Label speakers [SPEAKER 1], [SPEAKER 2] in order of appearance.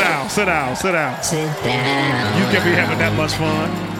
[SPEAKER 1] down, sit down.
[SPEAKER 2] Sit down.
[SPEAKER 1] You can be having that much fun.